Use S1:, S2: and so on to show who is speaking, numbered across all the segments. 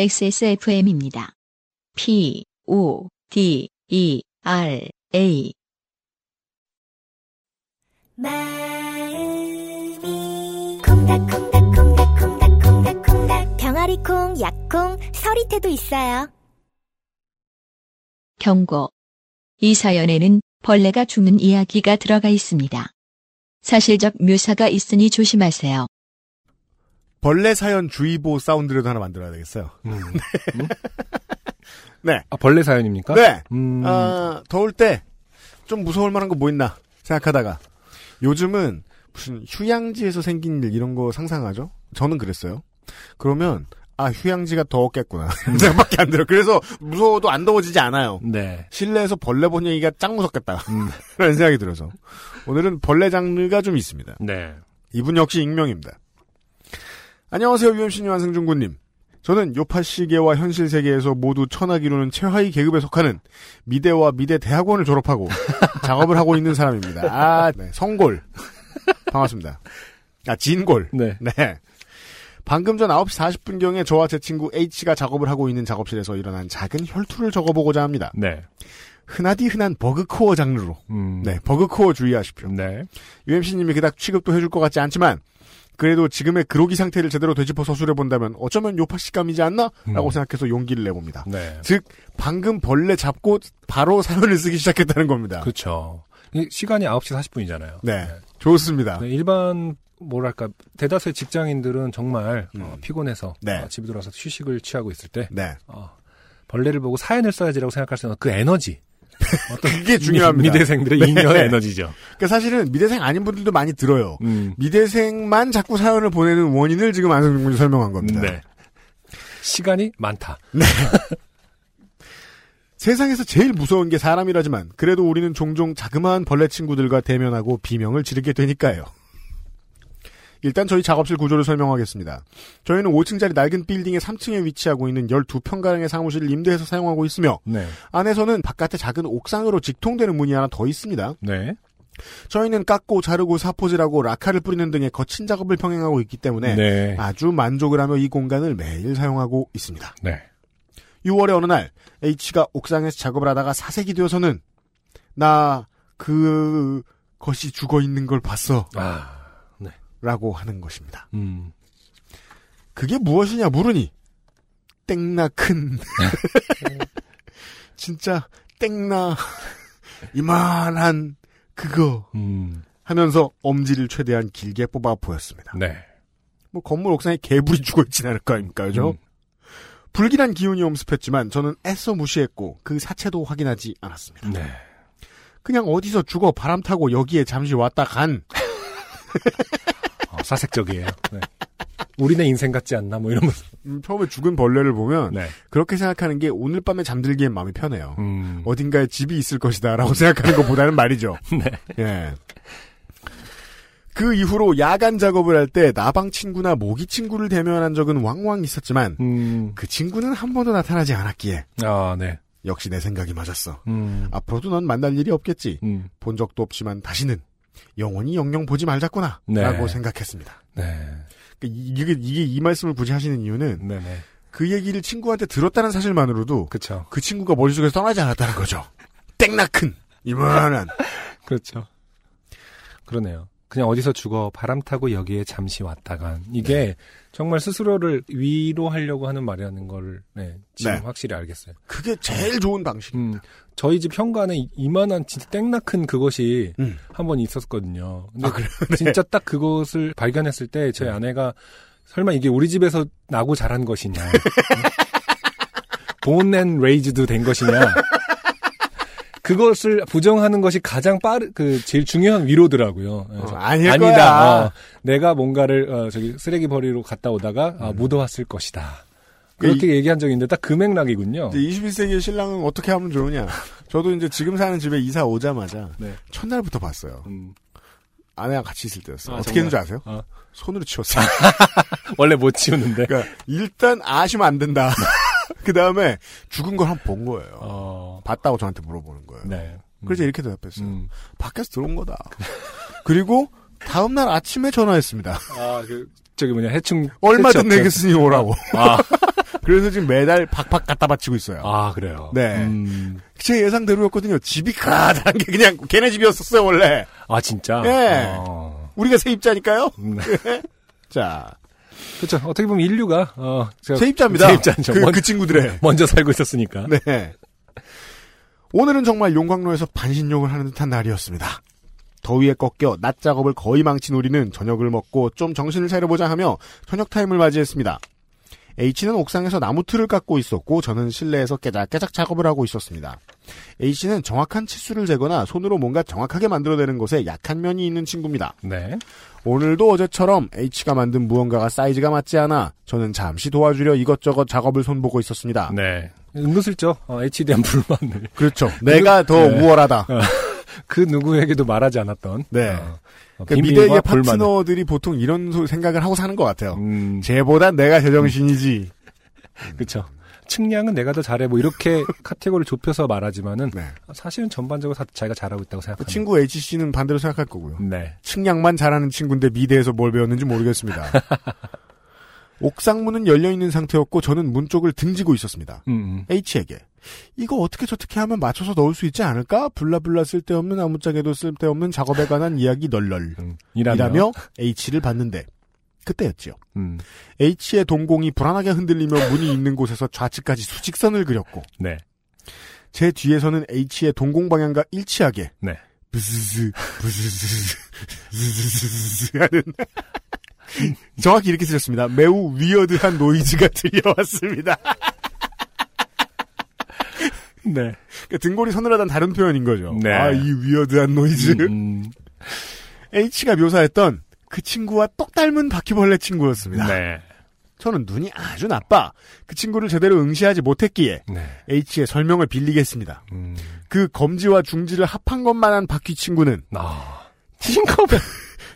S1: XSFM입니다. P, O, D, E, R, A.
S2: 마음이 콩닥콩닥콩닥콩닥콩닥콩닥 병아리콩, 약콩, 서리태도 있어요.
S1: 경고. 이 사연에는 벌레가 죽는 이야기가 들어가 있습니다. 사실적 묘사가 있으니 조심하세요.
S3: 벌레 사연 주의보 사운드라도 하나 만들어야 되겠어요.
S4: 음.
S3: 네.
S4: 아, 벌레 사연입니까?
S3: 네.
S4: 음,
S3: 아, 더울 때 좀 무서울 만한 거 뭐 있나 생각하다가 요즘은 무슨 휴양지에서 생긴 일 이런 거 상상하죠? 저는 그랬어요. 그러면 아 휴양지가 더웠겠구나 이런 생각밖에 안 들어. 그래서 무서워도 안 더워지지 않아요.
S4: 네.
S3: 실내에서 벌레 본 얘기가 짱 무섭겠다
S4: 음.
S3: 라는 생각이 들어서 오늘은 벌레 장르가 좀 있습니다.
S4: 네.
S3: 이분 역시 익명입니다. 안녕하세요, 유엠씨 유한승준 군님. 저는 요파 시계와 현실 세계에서 모두 천하기로는 최하위 계급에 속하는 미대와 미대 대학원을 졸업하고 작업을 하고 있는 사람입니다. 아, 네, 성골. 반갑습니다. 아, 진골.
S4: 네.
S3: 네. 방금 전 9시 40분경에 저와 제 친구 H가 작업을 하고 있는 작업실에서 일어난 작은 혈투를 적어보고자 합니다.
S4: 네.
S3: 흔하디 흔한 버그코어 장르로.
S4: 음.
S3: 네, 버그코어 주의하십시오.
S4: 네.
S3: UMC님이 그닥 취급도 해줄 것 같지 않지만 그래도 지금의 그로기 상태를 제대로 되짚어 서술해 본다면 어쩌면 요파식감이지 않나라고
S4: 음.
S3: 생각해서 용기를 내봅니다.
S4: 네.
S3: 즉 방금 벌레 잡고 바로 사연을 쓰기 시작했다는 겁니다.
S4: 그렇죠. 이 시간이 9시 40분이잖아요.
S3: 네, 좋습니다.
S4: 일반 뭐랄까 대다수의 직장인들은 정말
S3: 음.
S4: 어, 피곤해서
S3: 네.
S4: 어, 집에 들어와서 휴식을 취하고 있을 때
S3: 네,
S4: 어, 벌레를 보고 사연을 써야지라고 생각할 수 있는 그 에너지. 어떤
S3: 그게 네, 중요합니다.
S4: 미, 대생들의
S3: 네.
S4: 인연의 에너지죠.
S3: 그러니까 사실은 미대생 아닌 분들도 많이 들어요.
S4: 음.
S3: 미대생만 자꾸 사연을 보내는 원인을 지금 안성준 군이 설명한 겁니다.
S4: 네. 시간이 많다.
S3: 세상에서 제일 무서운 게 사람이라지만 그래도 우리는 종종 자그마한 벌레 친구들과 대면하고 비명을 지르게 되니까요. 일단 저희 작업실 구조를 설명하겠습니다. 저희는 5층짜리 낡은 빌딩의 3층에 위치하고 있는 12평가량의 사무실을 임대해서 사용하고 있으며
S4: 네.
S3: 안에서는 바깥에 작은 옥상으로 직통되는 문이 하나 더 있습니다.
S4: 네.
S3: 저희는 깎고 자르고 사포질하고 라카를 뿌리는 등의 거친 작업을 병행하고 있기 때문에
S4: 네.
S3: 아주 만족을 하며 이 공간을 매일 사용하고 있습니다.
S4: 네.
S3: 6월의 어느 날 H가 옥상에서 작업을 하다가 사색이 되어서는 나 그 것이 죽어 있는 걸 봤어라고
S4: 아,
S3: 하는 것입니다.
S4: 음.
S3: 그게 무엇이냐 물으니 땡나 큰 진짜 땡나 이만한 그거
S4: 음.
S3: 하면서 엄지를 최대한 길게 뽑아 보였습니다.
S4: 네.
S3: 뭐 건물 옥상에 개불이 죽어 있진 않을 거 아닙니까, 그죠?
S4: 음.
S3: 불길한 기운이 엄습했지만 저는 애써 무시했고 그 사체도 확인하지 않았습니다.
S4: 네.
S3: 그냥 어디서 죽어 바람 타고 여기에 잠시 왔다 간.
S4: 어, 사색적이에요. 네. 우리네 인생 같지 않나 뭐 이러면서.
S3: 음, 처음에 죽은 벌레를 보면
S4: 네.
S3: 그렇게 생각하는 게 오늘 밤에 잠들기엔 마음이 편해요.
S4: 음.
S3: 어딘가에 집이 있을 것이다라고 생각하는 것보다는 말이죠. 네. 예. 그 이후로 야간 작업을 할 때 나방 친구나 모기 친구를 대면한 적은 왕왕 있었지만
S4: 음.
S3: 그 친구는 한 번도 나타나지 않았기에
S4: 아, 네.
S3: 역시 내 생각이 맞았어.
S4: 음.
S3: 앞으로도 넌 만날 일이 없겠지.
S4: 음.
S3: 본 적도 없지만 다시는 영원히 영영 보지 말자꾸나
S4: 네.
S3: 라고 생각했습니다.
S4: 네.
S3: 그러니까 이- 이게 이게 이 말씀을 굳이 하시는 이유는
S4: 네네.
S3: 그 얘기를 친구한테 들었다는 사실만으로도
S4: 그쵸.
S3: 그 친구가 머릿속에서 떠나지 않았다는 거죠. 땡나큰 이만한
S4: 그렇죠. 그러네요. 그냥 어디서 죽어 바람 타고 여기에 잠시 왔다간 이게 정말 스스로를 위로하려고 하는 말이라는 걸 네, 지금
S3: 네.
S4: 확실히 알겠어요.
S3: 그게 제일 좋은 방식.
S4: 음, 저희 집 현관에 이- 이만한 진짜 땡나큰 그것이
S3: 음.
S4: 한 번 있었거든요. 근데
S3: 아, 그래요? 네.
S4: 진짜 딱 그것을 발견했을 때 저희 아내가 설마 이게 우리 집에서 나고 자란 것이냐. 본앤 레이즈도 된 것이냐. 그것을 부정하는 것이 가장 빠르, 그, 제일 중요한 위로더라고요. 그래서
S3: 어, 아닐
S4: 아니다.
S3: 거야.
S4: 어, 내가 뭔가를, 어, 저기, 쓰레기 버리러 갔다 오다가, 아,
S3: 음.
S4: 묻어왔을 것이다. 그렇게 얘기한 적이 있는데 딱 그 맥락이군요.
S3: 이제 21세기의 신랑은 어떻게 하면 좋으냐. 저도 이제 지금 사는 집에 이사 오자마자
S4: 네.
S3: 첫날부터 봤어요.
S4: 음,
S3: 아내랑 같이 있을 때였어요.
S4: 아,
S3: 어떻게 했는지
S4: 정말?
S3: 아세요?
S4: 어.
S3: 손으로 치웠어요.
S4: 원래 못 치우는데.
S3: 그러니까 일단 아시면 안 된다. 그 다음에 죽은 걸 한 번 본 거예요.
S4: 어,
S3: 봤다고 저한테 물어보는 거예요.
S4: 네.
S3: 그래서 이렇게 대답했어요.
S4: 음.
S3: 밖에서 들어온 거다. 그리고 다음 날 아침에 전화했습니다.
S4: 아, 그, 저기 뭐냐, 해충.
S3: 얼마든
S4: 해충업체.
S3: 내겠으니 오라고.
S4: 아,
S3: 그래서 지금 매달 박박 갖다 바치고 있어요.
S4: 아, 그래요.
S3: 네.
S4: 음.
S3: 제 예상대로였거든요. 집이 가다란 게 그냥 걔네 집이었었어요, 원래.
S4: 아, 진짜?
S3: 예.
S4: 어.
S3: 우리가 세입자니까요? 네.
S4: 음.
S3: 자,
S4: 그렇죠. 어떻게 보면 인류가 어, 제가
S3: 세입자입니다.
S4: 세입자죠. 네.
S3: 그,
S4: 먼-
S3: 그 친구들의.
S4: 먼저 살고 있었으니까.
S3: 네. 오늘은 정말 용광로에서 반신욕을 하는 듯한 날이었습니다. 더위에 꺾여 낮 작업을 거의 망친 우리는 저녁을 먹고 좀 정신을 차려보자 하며 저녁 타임을 맞이했습니다. H는 옥상에서 나무 틀을 깎고 있었고 저는 실내에서 깨작깨작 작업을 하고 있었습니다. H는 정확한 치수를 재거나 손으로 뭔가 정확하게 만들어내는 것에 약한 면이 있는 친구입니다.
S4: 네.
S3: 오늘도 어제처럼 H가 만든 무언가가 사이즈가 맞지 않아 저는 잠시 도와주려 이것저것 작업을 손보고 있었습니다.
S4: 네. 은근슬쩍 어, H에 대한 불만을
S3: 그렇죠. 내가 더
S4: 네.
S3: 우월하다.
S4: 그 누구에게도 말하지 않았던
S3: 네.
S4: 어, 어,
S3: 그러니까
S4: 비밀과
S3: 미대의
S4: 불만을.
S3: 파트너들이 보통 이런 소- 생각을 하고 사는 것 같아요.
S4: 음,
S3: 쟤보다 내가 제정신이지.
S4: 그렇죠. 측량은 내가 더 잘해 뭐 이렇게 카테고리를 좁혀서 말하지만은
S3: 네.
S4: 사실은 전반적으로 다 자기가 잘하고 있다고 생각합니다.
S3: 그 친구 H씨는 반대로 생각할 거고요.
S4: 네.
S3: 측량만 잘하는 친구인데 미대에서 뭘 배웠는지 모르겠습니다. 옥상 문은 열려 있는 상태였고 저는 문 쪽을 등지고 있었습니다.
S4: 음, 음.
S3: H에게 이거 어떻게 저렇게 하면 맞춰서 넣을 수 있지 않을까? 블라블라 쓸데없는 아무짝에도 쓸데없는 작업에 관한 이야기 널널
S4: 음. 이라며.
S3: 이라며 H를 봤는데 그때였지요.
S4: 음.
S3: H의 동공이 불안하게 흔들리며 문이 있는 곳에서 좌측까지 수직선을 그렸고
S4: 네.
S3: 제 뒤에서는 H의 동공 방향과 일치하게
S4: 네.
S3: 부스스 부스스 부스스 하는 정확히 이렇게 들렸습니다. 매우 위어드한 노이즈가 들려왔습니다.
S4: 네.
S3: 그러니까 등골이 서늘하다는 다른 표현인 거죠.
S4: 네.
S3: 아, 이 위어드한 노이즈.
S4: 음, 음.
S3: H가 묘사했던 그 친구와 똑 닮은 바퀴벌레 친구였습니다.
S4: 네.
S3: 저는 눈이 아주 나빠 그 친구를 제대로 응시하지 못했기에
S4: 네.
S3: H의 설명을 빌리겠습니다.
S4: 음.
S3: 그 검지와 중지를 합한 것만한 바퀴 친구는
S4: 아.
S3: 팅커벨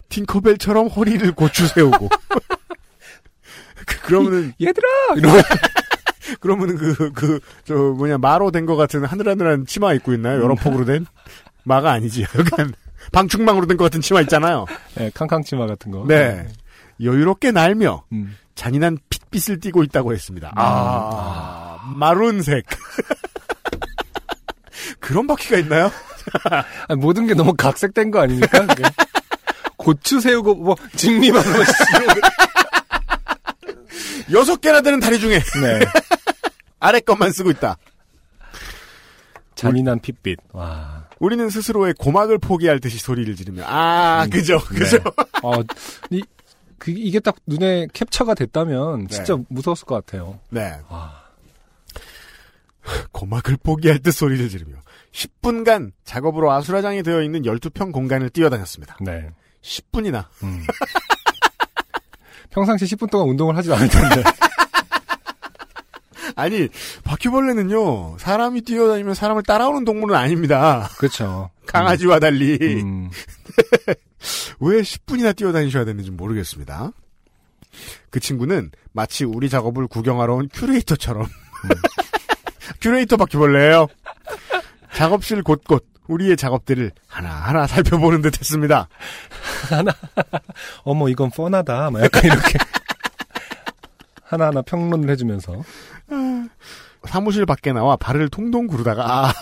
S3: 팅커벨처럼 허리를 고추 세우고 그- 그러면은
S4: 얘들아! 이러고.
S3: 그러면은 그 그 저 뭐냐 마로 된 것 같은 하늘하늘한 치마 입고 있나요? 여러 폭으로 된 마가 아니지 약간 방충망으로 된 것 같은 치마 있잖아요.
S4: 네, 캉캉치마 같은 거.
S3: 네 여유롭게 날며
S4: 음.
S3: 잔인한 핏빛을 띠고 있다고 했습니다. 아, 마룬색. 그런 바퀴가 있나요?
S4: 아니, 모든 게 너무 각색된 거 아닙니까? 그게? 고추 세우고, 뭐, 직리만 하고 있어요.
S3: 여섯 개나 되는 다리 중에
S4: 네.
S3: 아래 것만 쓰고 있다.
S4: 잔인한 핏빛. 와.
S3: 우리는 스스로의 고막을 포기할 듯이 소리를 지르며 아 그죠 그죠
S4: 네. 어, 이, 그, 이게 딱 눈에 캡처가 됐다면 진짜 무서웠을 것 같아요.
S3: 네
S4: 와.
S3: 고막을 포기할 듯 소리를 지르며 10분간 작업으로 아수라장이 되어 있는 12평 공간을 뛰어다녔습니다
S4: 네.
S3: 10분이나
S4: 음. 평상시 10분 동안 운동을 하지도 않을 텐데.
S3: 아니 바퀴벌레는요 사람이 뛰어다니면 사람을 따라오는 동물은 아닙니다
S4: 그렇죠.
S3: 강아지와 달리
S4: 음,
S3: 왜 10분이나 뛰어다니셔야 되는지 모르겠습니다 그 친구는 마치 우리 작업을 구경하러 온 큐레이터처럼 큐레이터 바퀴벌레예요. 작업실 곳곳 우리의 작업들을 하나하나 살펴보는 듯 했습니다.
S4: 어머 이건 뻔하다. 막 약간 이렇게 하나하나 평론을 해주면서
S3: 사무실 밖에 나와 발을 통통 구르다가 아,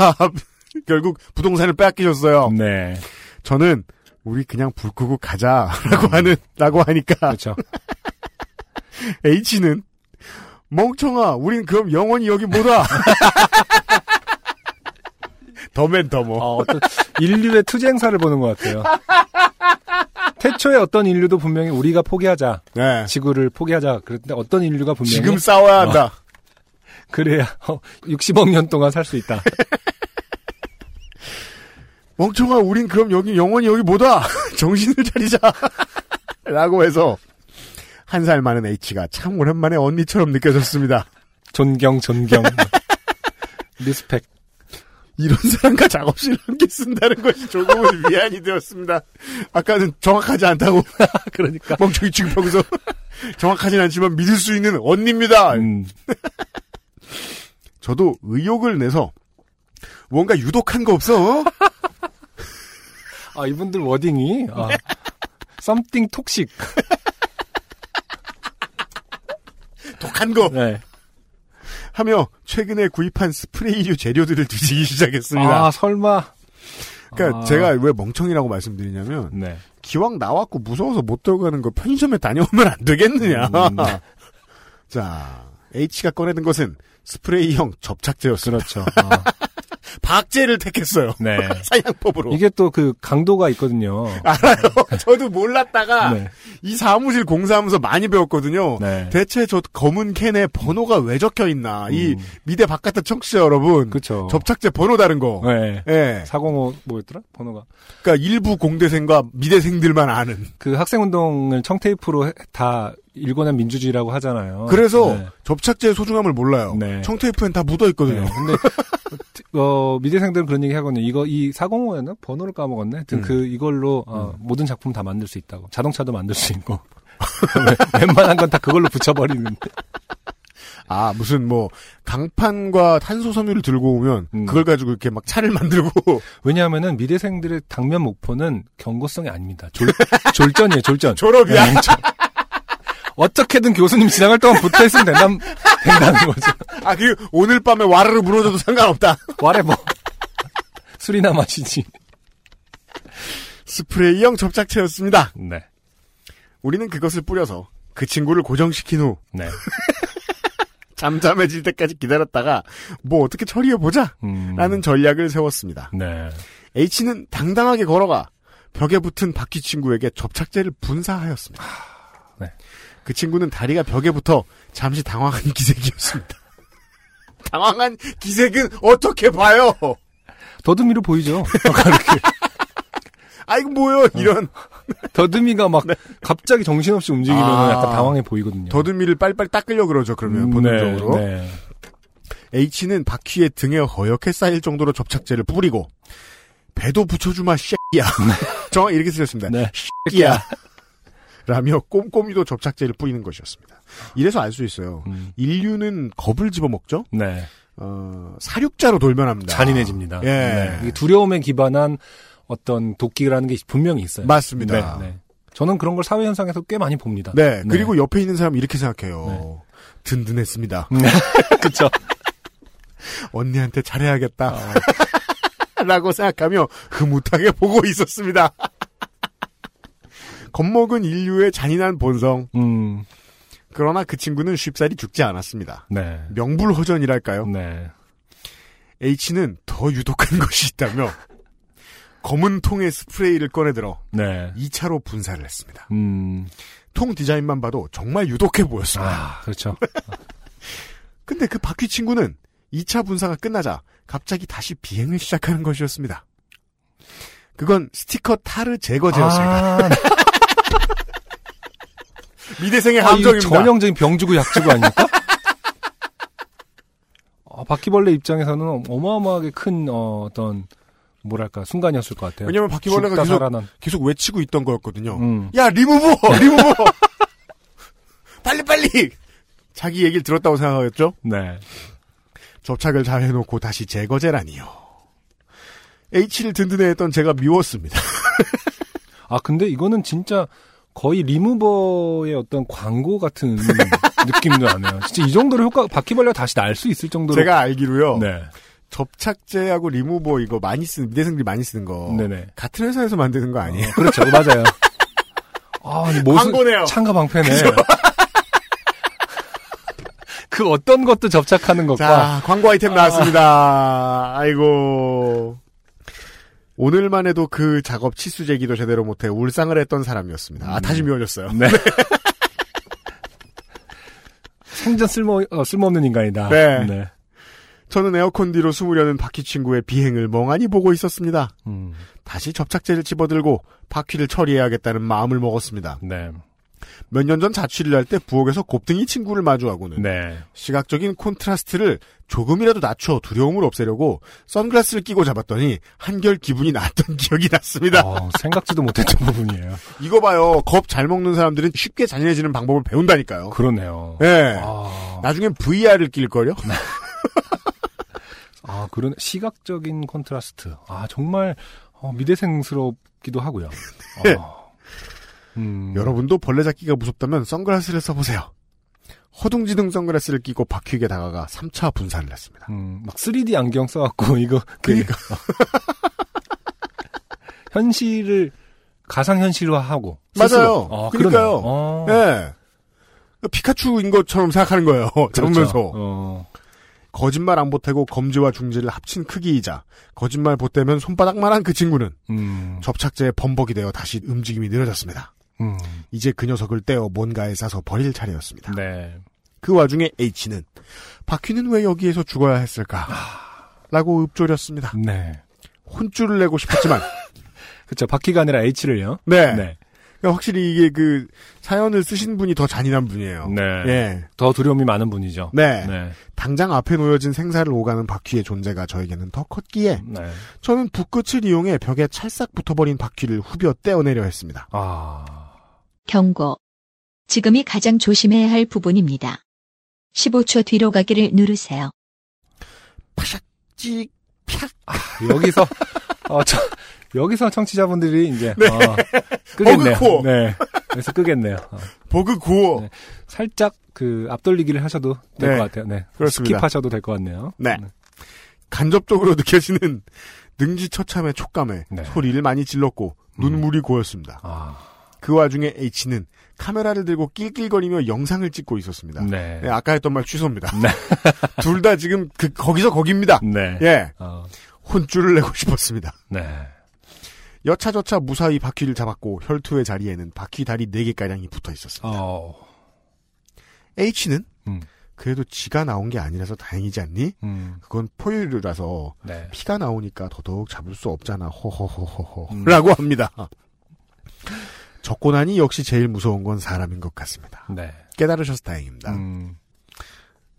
S3: 결국 부동산을 빼앗기셨어요.
S4: 네
S3: 저는 우리 그냥 불 끄고 가자라고 하는 라고 하니까
S4: 그렇죠.
S3: H는 멍청아 우린 그럼 영원히 여기 못 와. 더맨 뭐. 더머.
S4: 어, 어떤 인류의 투쟁사를 보는 것 같아요. 태초에 어떤 인류도 분명히 우리가 포기하자,
S3: 네.
S4: 지구를 포기하자. 그런데 어떤 인류가 분명히
S3: 지금 싸워야 한다.
S4: 그래야 60억 년 동안 살 수 있다.
S3: 멍청아, 우린 그럼 여기 영원히 여기 못 와. 정신을 차리자. 라고 해서 한 살 많은 H가 참 오랜만에 언니처럼 느껴졌습니다.
S4: 존경, 존경, 리스펙.
S3: 이런 사람과 작업실 함께 쓴다는 것이 조금은 위안이 되었습니다. 아까는 정확하지 않다고
S4: 그러니까.
S3: 멍청이 취급하고서 정확하진 않지만 믿을 수 있는 언니입니다.
S4: 음,
S3: 저도 의욕을 내서 뭔가 유독한 거 없어?
S4: 아 이분들 워딩이 아, something toxic.
S3: 독한 거.
S4: 네.
S3: 하며 최근에 구입한 스프레이류 재료들을 뒤지기 시작했습니다.
S4: 아, 설마.
S3: 그러니까
S4: 아,
S3: 제가 왜 멍청이라고 말씀드리냐면
S4: 네.
S3: 기왕 나왔고 무서워서 못 들어가는 거 편의점에 다녀오면 안 되겠느냐.
S4: 음.
S3: 자, H가 꺼내든 것은 스프레이형 접착제였어요.
S4: 그렇죠. 아,
S3: 박제를 택했어요.
S4: 네.
S3: 사양법으로.
S4: 이게 또 그 강도가 있거든요.
S3: 알아요. 저도 몰랐다가
S4: 네.
S3: 이 사무실 공사하면서 많이 배웠거든요.
S4: 네.
S3: 대체 저 검은 캔에 번호가 왜 적혀 있나? 이
S4: 음.
S3: 미대 바깥의 청취자 여러분,
S4: 그렇죠.
S3: 접착제 번호 다른 거.
S4: 네.
S3: 예.
S4: 405 뭐였더라? 번호가.
S3: 그러니까 일부 공대생과 미대생들만 아는.
S4: 그 학생 운동을 청테이프로 해- 다 일궈낸 민주주의라고 하잖아요.
S3: 그래서
S4: 네.
S3: 접착제의 소중함을 몰라요.
S4: 네.
S3: 청테이프엔 다 묻어 있거든요.
S4: 네. 근데 어, 미대생들은 그런 얘기 하거든요. 이거 이 405였나? 번호를 까먹었네. 하여튼
S3: 음.
S4: 그 이걸로 어, 모든 작품 다 만들 수 있다고. 자동차도 만들 수 있고. 웬만한 건 다 그걸로 붙여버리는.
S3: 아 무슨 뭐 강판과 탄소 섬유를 들고 오면
S4: 음.
S3: 그걸 가지고 이렇게 막 차를 만들고
S4: 왜냐하면은 미대생들의 당면 목표는 경고성이 아닙니다. 졸, 졸전이에요, 졸전.
S3: 졸업이야.
S4: 네, 졸- 어떻게든 교수님 지나갈 동안 붙어 있으면 된다는, 된다는 거죠.
S3: 아, 그, 오늘 밤에 와르르 무너져도 상관없다.
S4: 말해 뭐 술이나 마시지.
S3: 스프레이형 접착제였습니다.
S4: 네,
S3: 우리는 그것을 뿌려서 그 친구를 고정시킨 후
S4: 네.
S3: 잠잠해질 때까지 기다렸다가 뭐 어떻게 처리해보자
S4: 음,
S3: 라는 전략을 세웠습니다.
S4: 네.
S3: H는 당당하게 걸어가 벽에 붙은 바퀴 친구에게 접착제를 분사하였습니다.
S4: 네.
S3: 그 친구는 다리가 벽에 붙어 잠시 당황한 기색이었습니다. 당황한 기색은 어떻게 봐요?
S4: 더듬이로 보이죠.
S3: 아이고 뭐요 이런
S4: 음. 더듬이가 막 갑자기 정신없이 움직이면
S3: 네. 아.
S4: 약간 당황해 보이거든요.
S3: 더듬이를 빨빨 닦으려 그러죠 그러면
S4: 음,
S3: 본능적으로
S4: 네, 네.
S3: H는 바퀴의 등에 허옇게 쌓일 정도로 접착제를 뿌리고 배도 붙여주마 쉐야 정확히 이렇게 쓰셨습니다
S4: 네.
S3: 쉐야 라며 꼼꼼히도 접착제를 뿌리는 것이었습니다 이래서 알 수 있어요
S4: 음,
S3: 인류는 겁을 집어먹죠
S4: 네.
S3: 어, 사육자로 돌변합니다
S4: 잔인해집니다.
S3: 예.
S4: 네. 이게 두려움에 기반한 어떤 도끼라는 게 분명히 있어요.
S3: 맞습니다
S4: 네,
S3: 네,
S4: 네. 저는 그런 걸 사회 현상에서 꽤 많이 봅니다. 네.
S3: 그리고 옆에 있는 사람 이렇게 생각해요 든든했습니다
S4: 그렇죠.
S3: 언니한테 잘해야겠다
S4: 어.
S3: 라고 생각하며 흐뭇하게 보고 있었습니다. 겁먹은 인류의 잔인한 본성.
S4: 음,
S3: 그러나 그 친구는 쉽사리 죽지 않았습니다.
S4: 네,
S3: 명불허전이랄까요?
S4: 네.
S3: H는 더 유독한 것이 있다며 검은 통의 스프레이를 꺼내들어
S4: 네.
S3: 2차로 분사를 했습니다.
S4: 음,
S3: 통 디자인만 봐도 정말 유독해 보였습니다.
S4: 아, 그렇죠.
S3: 근데 그 바퀴 친구는 2차 분사가 끝나자 갑자기 다시 비행을 시작하는 것이었습니다. 그건 스티커 타르 제거제였습니다. 네,
S4: 아,
S3: 미대생의
S4: 아, 이거
S3: 함정입니다.
S4: 전형적인 병주고 약주고 아닙니까? 아, 바퀴벌레 입장에서는 어마어마하게 큰 어, 떤 뭐랄까 순간이었을 것 같아요.
S3: 왜냐면 바퀴벌레가
S4: 죽다
S3: 계속-
S4: 살아난.
S3: 계속 외치고 있던 거였거든요.
S4: 음.
S3: 야 리무버 리무버 빨리 빨리 자기 얘기를 들었다고 생각하겠죠?
S4: 네.
S3: 접착을 잘 해놓고 다시 제거제라니요. H를 든든해했던 제가 미웠습니다.
S4: 아 근데 이거는 진짜 거의 리무버의 어떤 광고 같은 느낌도 나네요. 진짜 이 정도로 효과 바퀴벌레가 다시 날 수 있을 정도로.
S3: 제가 알기로요.
S4: 네.
S3: 접착제하고 리무버 이거 많이 쓰는 미대생들이 많이 쓰는 거
S4: 네네.
S3: 같은 회사에서 만드는 거 아니에요?
S4: 어, 그렇죠. 맞아요. 아, 아니, 모습-
S3: 광고네요.
S4: 창가 방패네. 그 어떤 것도 접착하는 것과
S3: 자, 광고 아이템 나왔습니다. 아이고. 오늘만 해도 그 작업 치수 제기도 제대로 못해 울상을 했던 사람이었습니다. 아, 다시 미워졌어요.
S4: 네. 생전 쓸모 어, 쓸모없는 인간이다.
S3: 네. 저는 에어컨 뒤로 숨으려는 바퀴 친구의 비행을 멍하니 보고 있었습니다.
S4: 음,
S3: 다시 접착제를 집어들고 바퀴를 처리해야겠다는 마음을 먹었습니다.
S4: 네.
S3: 몇 년 전 자취를 할 때 부엌에서 곱등이 친구를 마주하고는
S4: 네.
S3: 시각적인 콘트라스트를 조금이라도 낮춰 두려움을 없애려고 선글라스를 끼고 잡았더니 한결 기분이 나았던 기억이 났습니다.
S4: 어, 생각지도 못했던 부분이에요.
S3: 이거 봐요. 겁 잘 먹는 사람들은 쉽게 잔인해지는 방법을 배운다니까요.
S4: 그러네요.
S3: 예.
S4: 아,
S3: 나중엔 VR을 낄걸요?
S4: 네. 아, 그런 시각적인 콘트라스트. 아, 정말 어, 미대생스럽기도 하고요.
S3: 네.
S4: 어, 음,
S3: 여러분도 벌레 잡기가 무섭다면 선글라스를 써보세요. 허둥지둥 선글라스를 끼고 바퀴에게 다가가 3차 분사를 했습니다.
S4: 음, 막 3D 안경 써갖고 이거 그러니까 현실을 가상 현실화하고
S3: 맞아요.
S4: 아,
S3: 그러니까요.
S4: 그러네요. 어,
S3: 예. 피카츄인 것처럼 생각하는 거예요. 잡으면서.
S4: 그렇죠. 어,
S3: 거짓말 안 보태고 검지와 중지를 합친 크기이자 거짓말 보태면 손바닥만한 그 친구는
S4: 음,
S3: 접착제에 범벅이 되어 다시 움직임이 느려졌습니다.
S4: 음,
S3: 이제 그 녀석을 떼어 뭔가에 싸서 버릴 차례였습니다.
S4: 네,
S3: 그 와중에 H는 바퀴는 왜 여기에서 죽어야 했을까? 라고 읊조렸습니다.
S4: 네,
S3: 혼쭐을 내고 싶었지만
S4: 그렇죠. 바퀴가 아니라 H를요.
S3: 네.
S4: 네,
S3: 그러니까 확실히 이게 그 사연을 쓰신 분이 더 잔인한 분이에요.
S4: 네.
S3: 예.
S4: 더 두려움이 많은 분이죠.
S3: 네.
S4: 네,
S3: 당장 앞에 놓여진 생사를 오가는 바퀴의 존재가 저에게는 더 컸기에
S4: 네.
S3: 저는 붓끝을 이용해 벽에 찰싹 붙어버린 바퀴를 후벼 떼어내려 했습니다.
S4: 아,
S1: 경고. 지금이 가장 조심해야 할 부분입니다. 15초 뒤로 가기를 누르세요.
S3: 파샥 찍 팍.
S4: 여기서 어, 저, 여기서 청취자분들이 이제 어, 끄겠네요.
S3: 네. 버그코어.
S4: 네, 그래서 끄겠네요. 어.
S3: 버그 구호.
S4: 네. 살짝 그 앞돌리기를 하셔도 될
S3: 네.
S4: 것 같아요. 네.
S3: 그렇습니다.
S4: 스킵하셔도 될 것 같네요.
S3: 네. 간접적으로 느껴지는 능지처참의 촉감에
S4: 네. 음.
S3: 소리를 많이 질렀고 눈물이 고였습니다.
S4: 아,
S3: 그 와중에 H는 카메라를 들고 낄낄거리며 영상을 찍고 있었습니다.
S4: 네.
S3: 네, 아까 했던 말 취소입니다. 둘 다 지금 그 거기서 거기입니다.
S4: 네.
S3: 예,
S4: 어,
S3: 혼쭐을 내고 싶었습니다.
S4: 네.
S3: 여차저차 무사히 바퀴를 잡았고 혈투의 자리에는 바퀴 다리 4개 가량이 붙어 있었습니다.
S4: 어,
S3: H는
S4: 음.
S3: 그래도 지가 나온 게 아니라서 다행이지 않니?
S4: 음,
S3: 그건 포유류라서
S4: 네.
S3: 피가 나오니까 더더욱 잡을 수 없잖아. 호호호호호.
S4: 음.
S3: 라고 합니다. 적고 나니 역시 제일 무서운 건 사람인 것 같습니다.
S4: 네.
S3: 깨달으셔서 다행입니다.
S4: 음,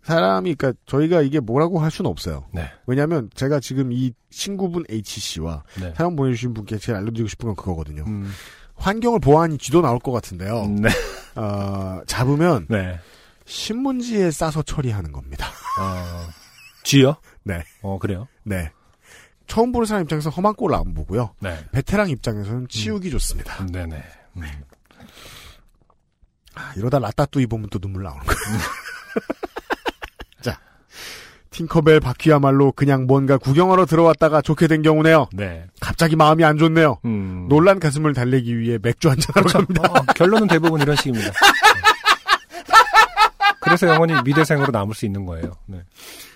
S3: 사람이, 그니까 저희가 이게 뭐라고 할 수는 없어요.
S4: 네.
S3: 왜냐면 하 제가 지금 이 친구분 H씨와
S4: 네.
S3: 사연 보내주신 분께 제일 알려드리고 싶은 건 그거거든요.
S4: 음,
S3: 환경을 보아하니 쥐도 나올 것 같은데요.
S4: 네.
S3: 어, 잡으면
S4: 네.
S3: 신문지에 싸서 처리하는 겁니다.
S4: 어, G요?
S3: 네.
S4: 어, 그래요?
S3: 네. 처음 보는 사람 입장에서 험한 꼴을 안 보고요.
S4: 네.
S3: 베테랑 입장에서는 치우기
S4: 음.
S3: 좋습니다.
S4: 네네. 음,
S3: 아, 이러다 라따뚜이 보면 또 눈물 나오는 거예요. 자, 팅커벨 바퀴야말로 그냥 뭔가 구경하러 들어왔다가 좋게 된 경우네요.
S4: 네.
S3: 갑자기 마음이 안 좋네요.
S4: 음.
S3: 놀란 가슴을 달래기 위해 맥주 한잔하러
S4: 그렇죠.
S3: 갑니다.
S4: 어, 어, 결론은 대부분 이런 식입니다. 네. 그래서 영원히 미래생으로 남을 수 있는 거예요. 네.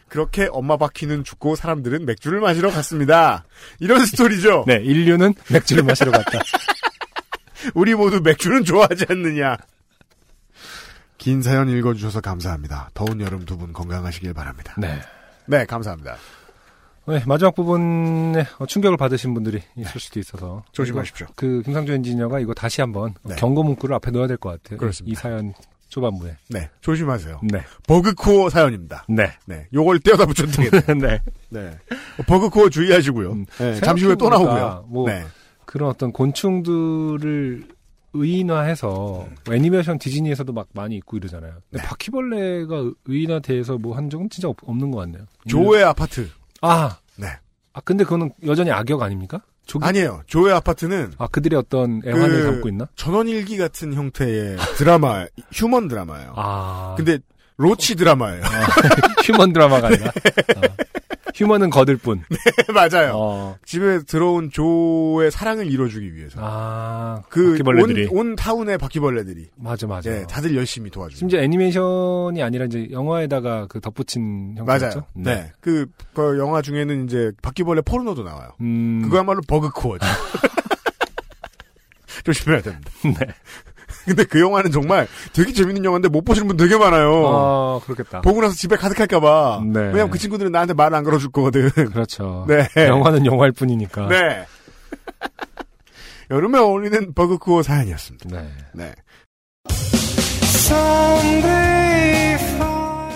S3: 그렇게 엄마 바퀴는 죽고 사람들은 맥주를 마시러 갔습니다. 이런 스토리죠.
S4: 네, 인류는 맥주를 마시러 갔다.
S3: 우리 모두 맥주는 좋아하지 않느냐. 긴 사연 읽어주셔서 감사합니다. 더운 여름 두 분 건강하시길 바랍니다.
S4: 네.
S3: 네, 감사합니다.
S4: 네, 마지막 부분에 어, 충격을 받으신 분들이 있을 수도 있어서
S3: 조심하십시오.
S4: 이거, 그 김상조 엔지니어가 이거 다시 한번
S3: 네.
S4: 경고 문구를 앞에 넣어야 될 것 같아요.
S3: 그렇습니다.
S4: 이 사연 초반부에.
S3: 네, 조심하세요.
S4: 네,
S3: 버그코어 사연입니다.
S4: 네,
S3: 네, 요걸 떼어다 붙였더니
S4: 네.
S3: 네, 버그코어 주의하시고요.
S4: 음,
S3: 네, 잠시 후에 또
S4: 생각해보니까
S3: 나오고요.
S4: 뭐
S3: 네,
S4: 그런 어떤 곤충들을 의인화해서
S3: 네.
S4: 애니메이션 디즈니에서도 막 많이 있고 이러잖아요. 근데 바퀴벌레가 의인화돼서 뭐 한 적은 진짜 없, 는것 같네요. 음.
S3: 조의 아파트
S4: 아,
S3: 네.
S4: 아 근데 그거는 여전히 악역 아닙니까? 조기-
S3: 아니에요. 조의 아파트는
S4: 아 그들의 어떤 애환을
S3: 그-
S4: 담고 있나?
S3: 전원일기 같은 형태의 드라마, 휴먼 드라마예요.
S4: 아,
S3: 근데 로치 드라마예요.
S4: 아, 휴먼 드라마가 아니라
S3: 네.
S4: 아, 휴먼은 거들 뿐.
S3: 맞아요.
S4: 어,
S3: 집에 들어온 조의 사랑을 이뤄주기 위해서.
S4: 아,
S3: 네. 그,
S4: 바퀴벌레들이
S3: 온, 온 타운의 바퀴벌레들이.
S4: 맞아 맞아.
S3: 예, 다들 열심히 도와줍니다.
S4: 심지어 애니메이션이 아니라 이제 영화에다가 그 덧붙인 형태였죠.
S3: 맞아요. 네. 그, 그 영화 중에는 이제 바퀴벌레 포르노도 나와요.
S4: 음,
S3: 그거야말로 버그코어죠. 조심해야 됩니다.
S4: 네.
S3: 근데 그 영화는 정말 되게 재밌는 영화인데 못 보시는 분 되게 많아요.
S4: 아 그렇겠다.
S3: 보고 나서 집에 가득할까봐.
S4: 네.
S3: 왜냐면 그 친구들은 나한테 말 안 걸어줄 거거든.
S4: 그렇죠.
S3: 네.
S4: 영화는 영화일 뿐이니까.
S3: 네. 여름에 어울리는 버그코어 사연이었습니다.
S4: 네.
S3: 네.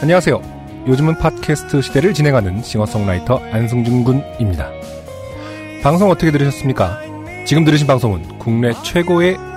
S4: 안녕하세요. 요즘은 팟캐스트 시대를 진행하는 싱어송라이터 안승준 군입니다. 방송 어떻게 들으셨습니까? 지금 들으신 방송은 국내 최고의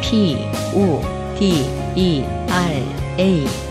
S1: P, O, D, E, R, A.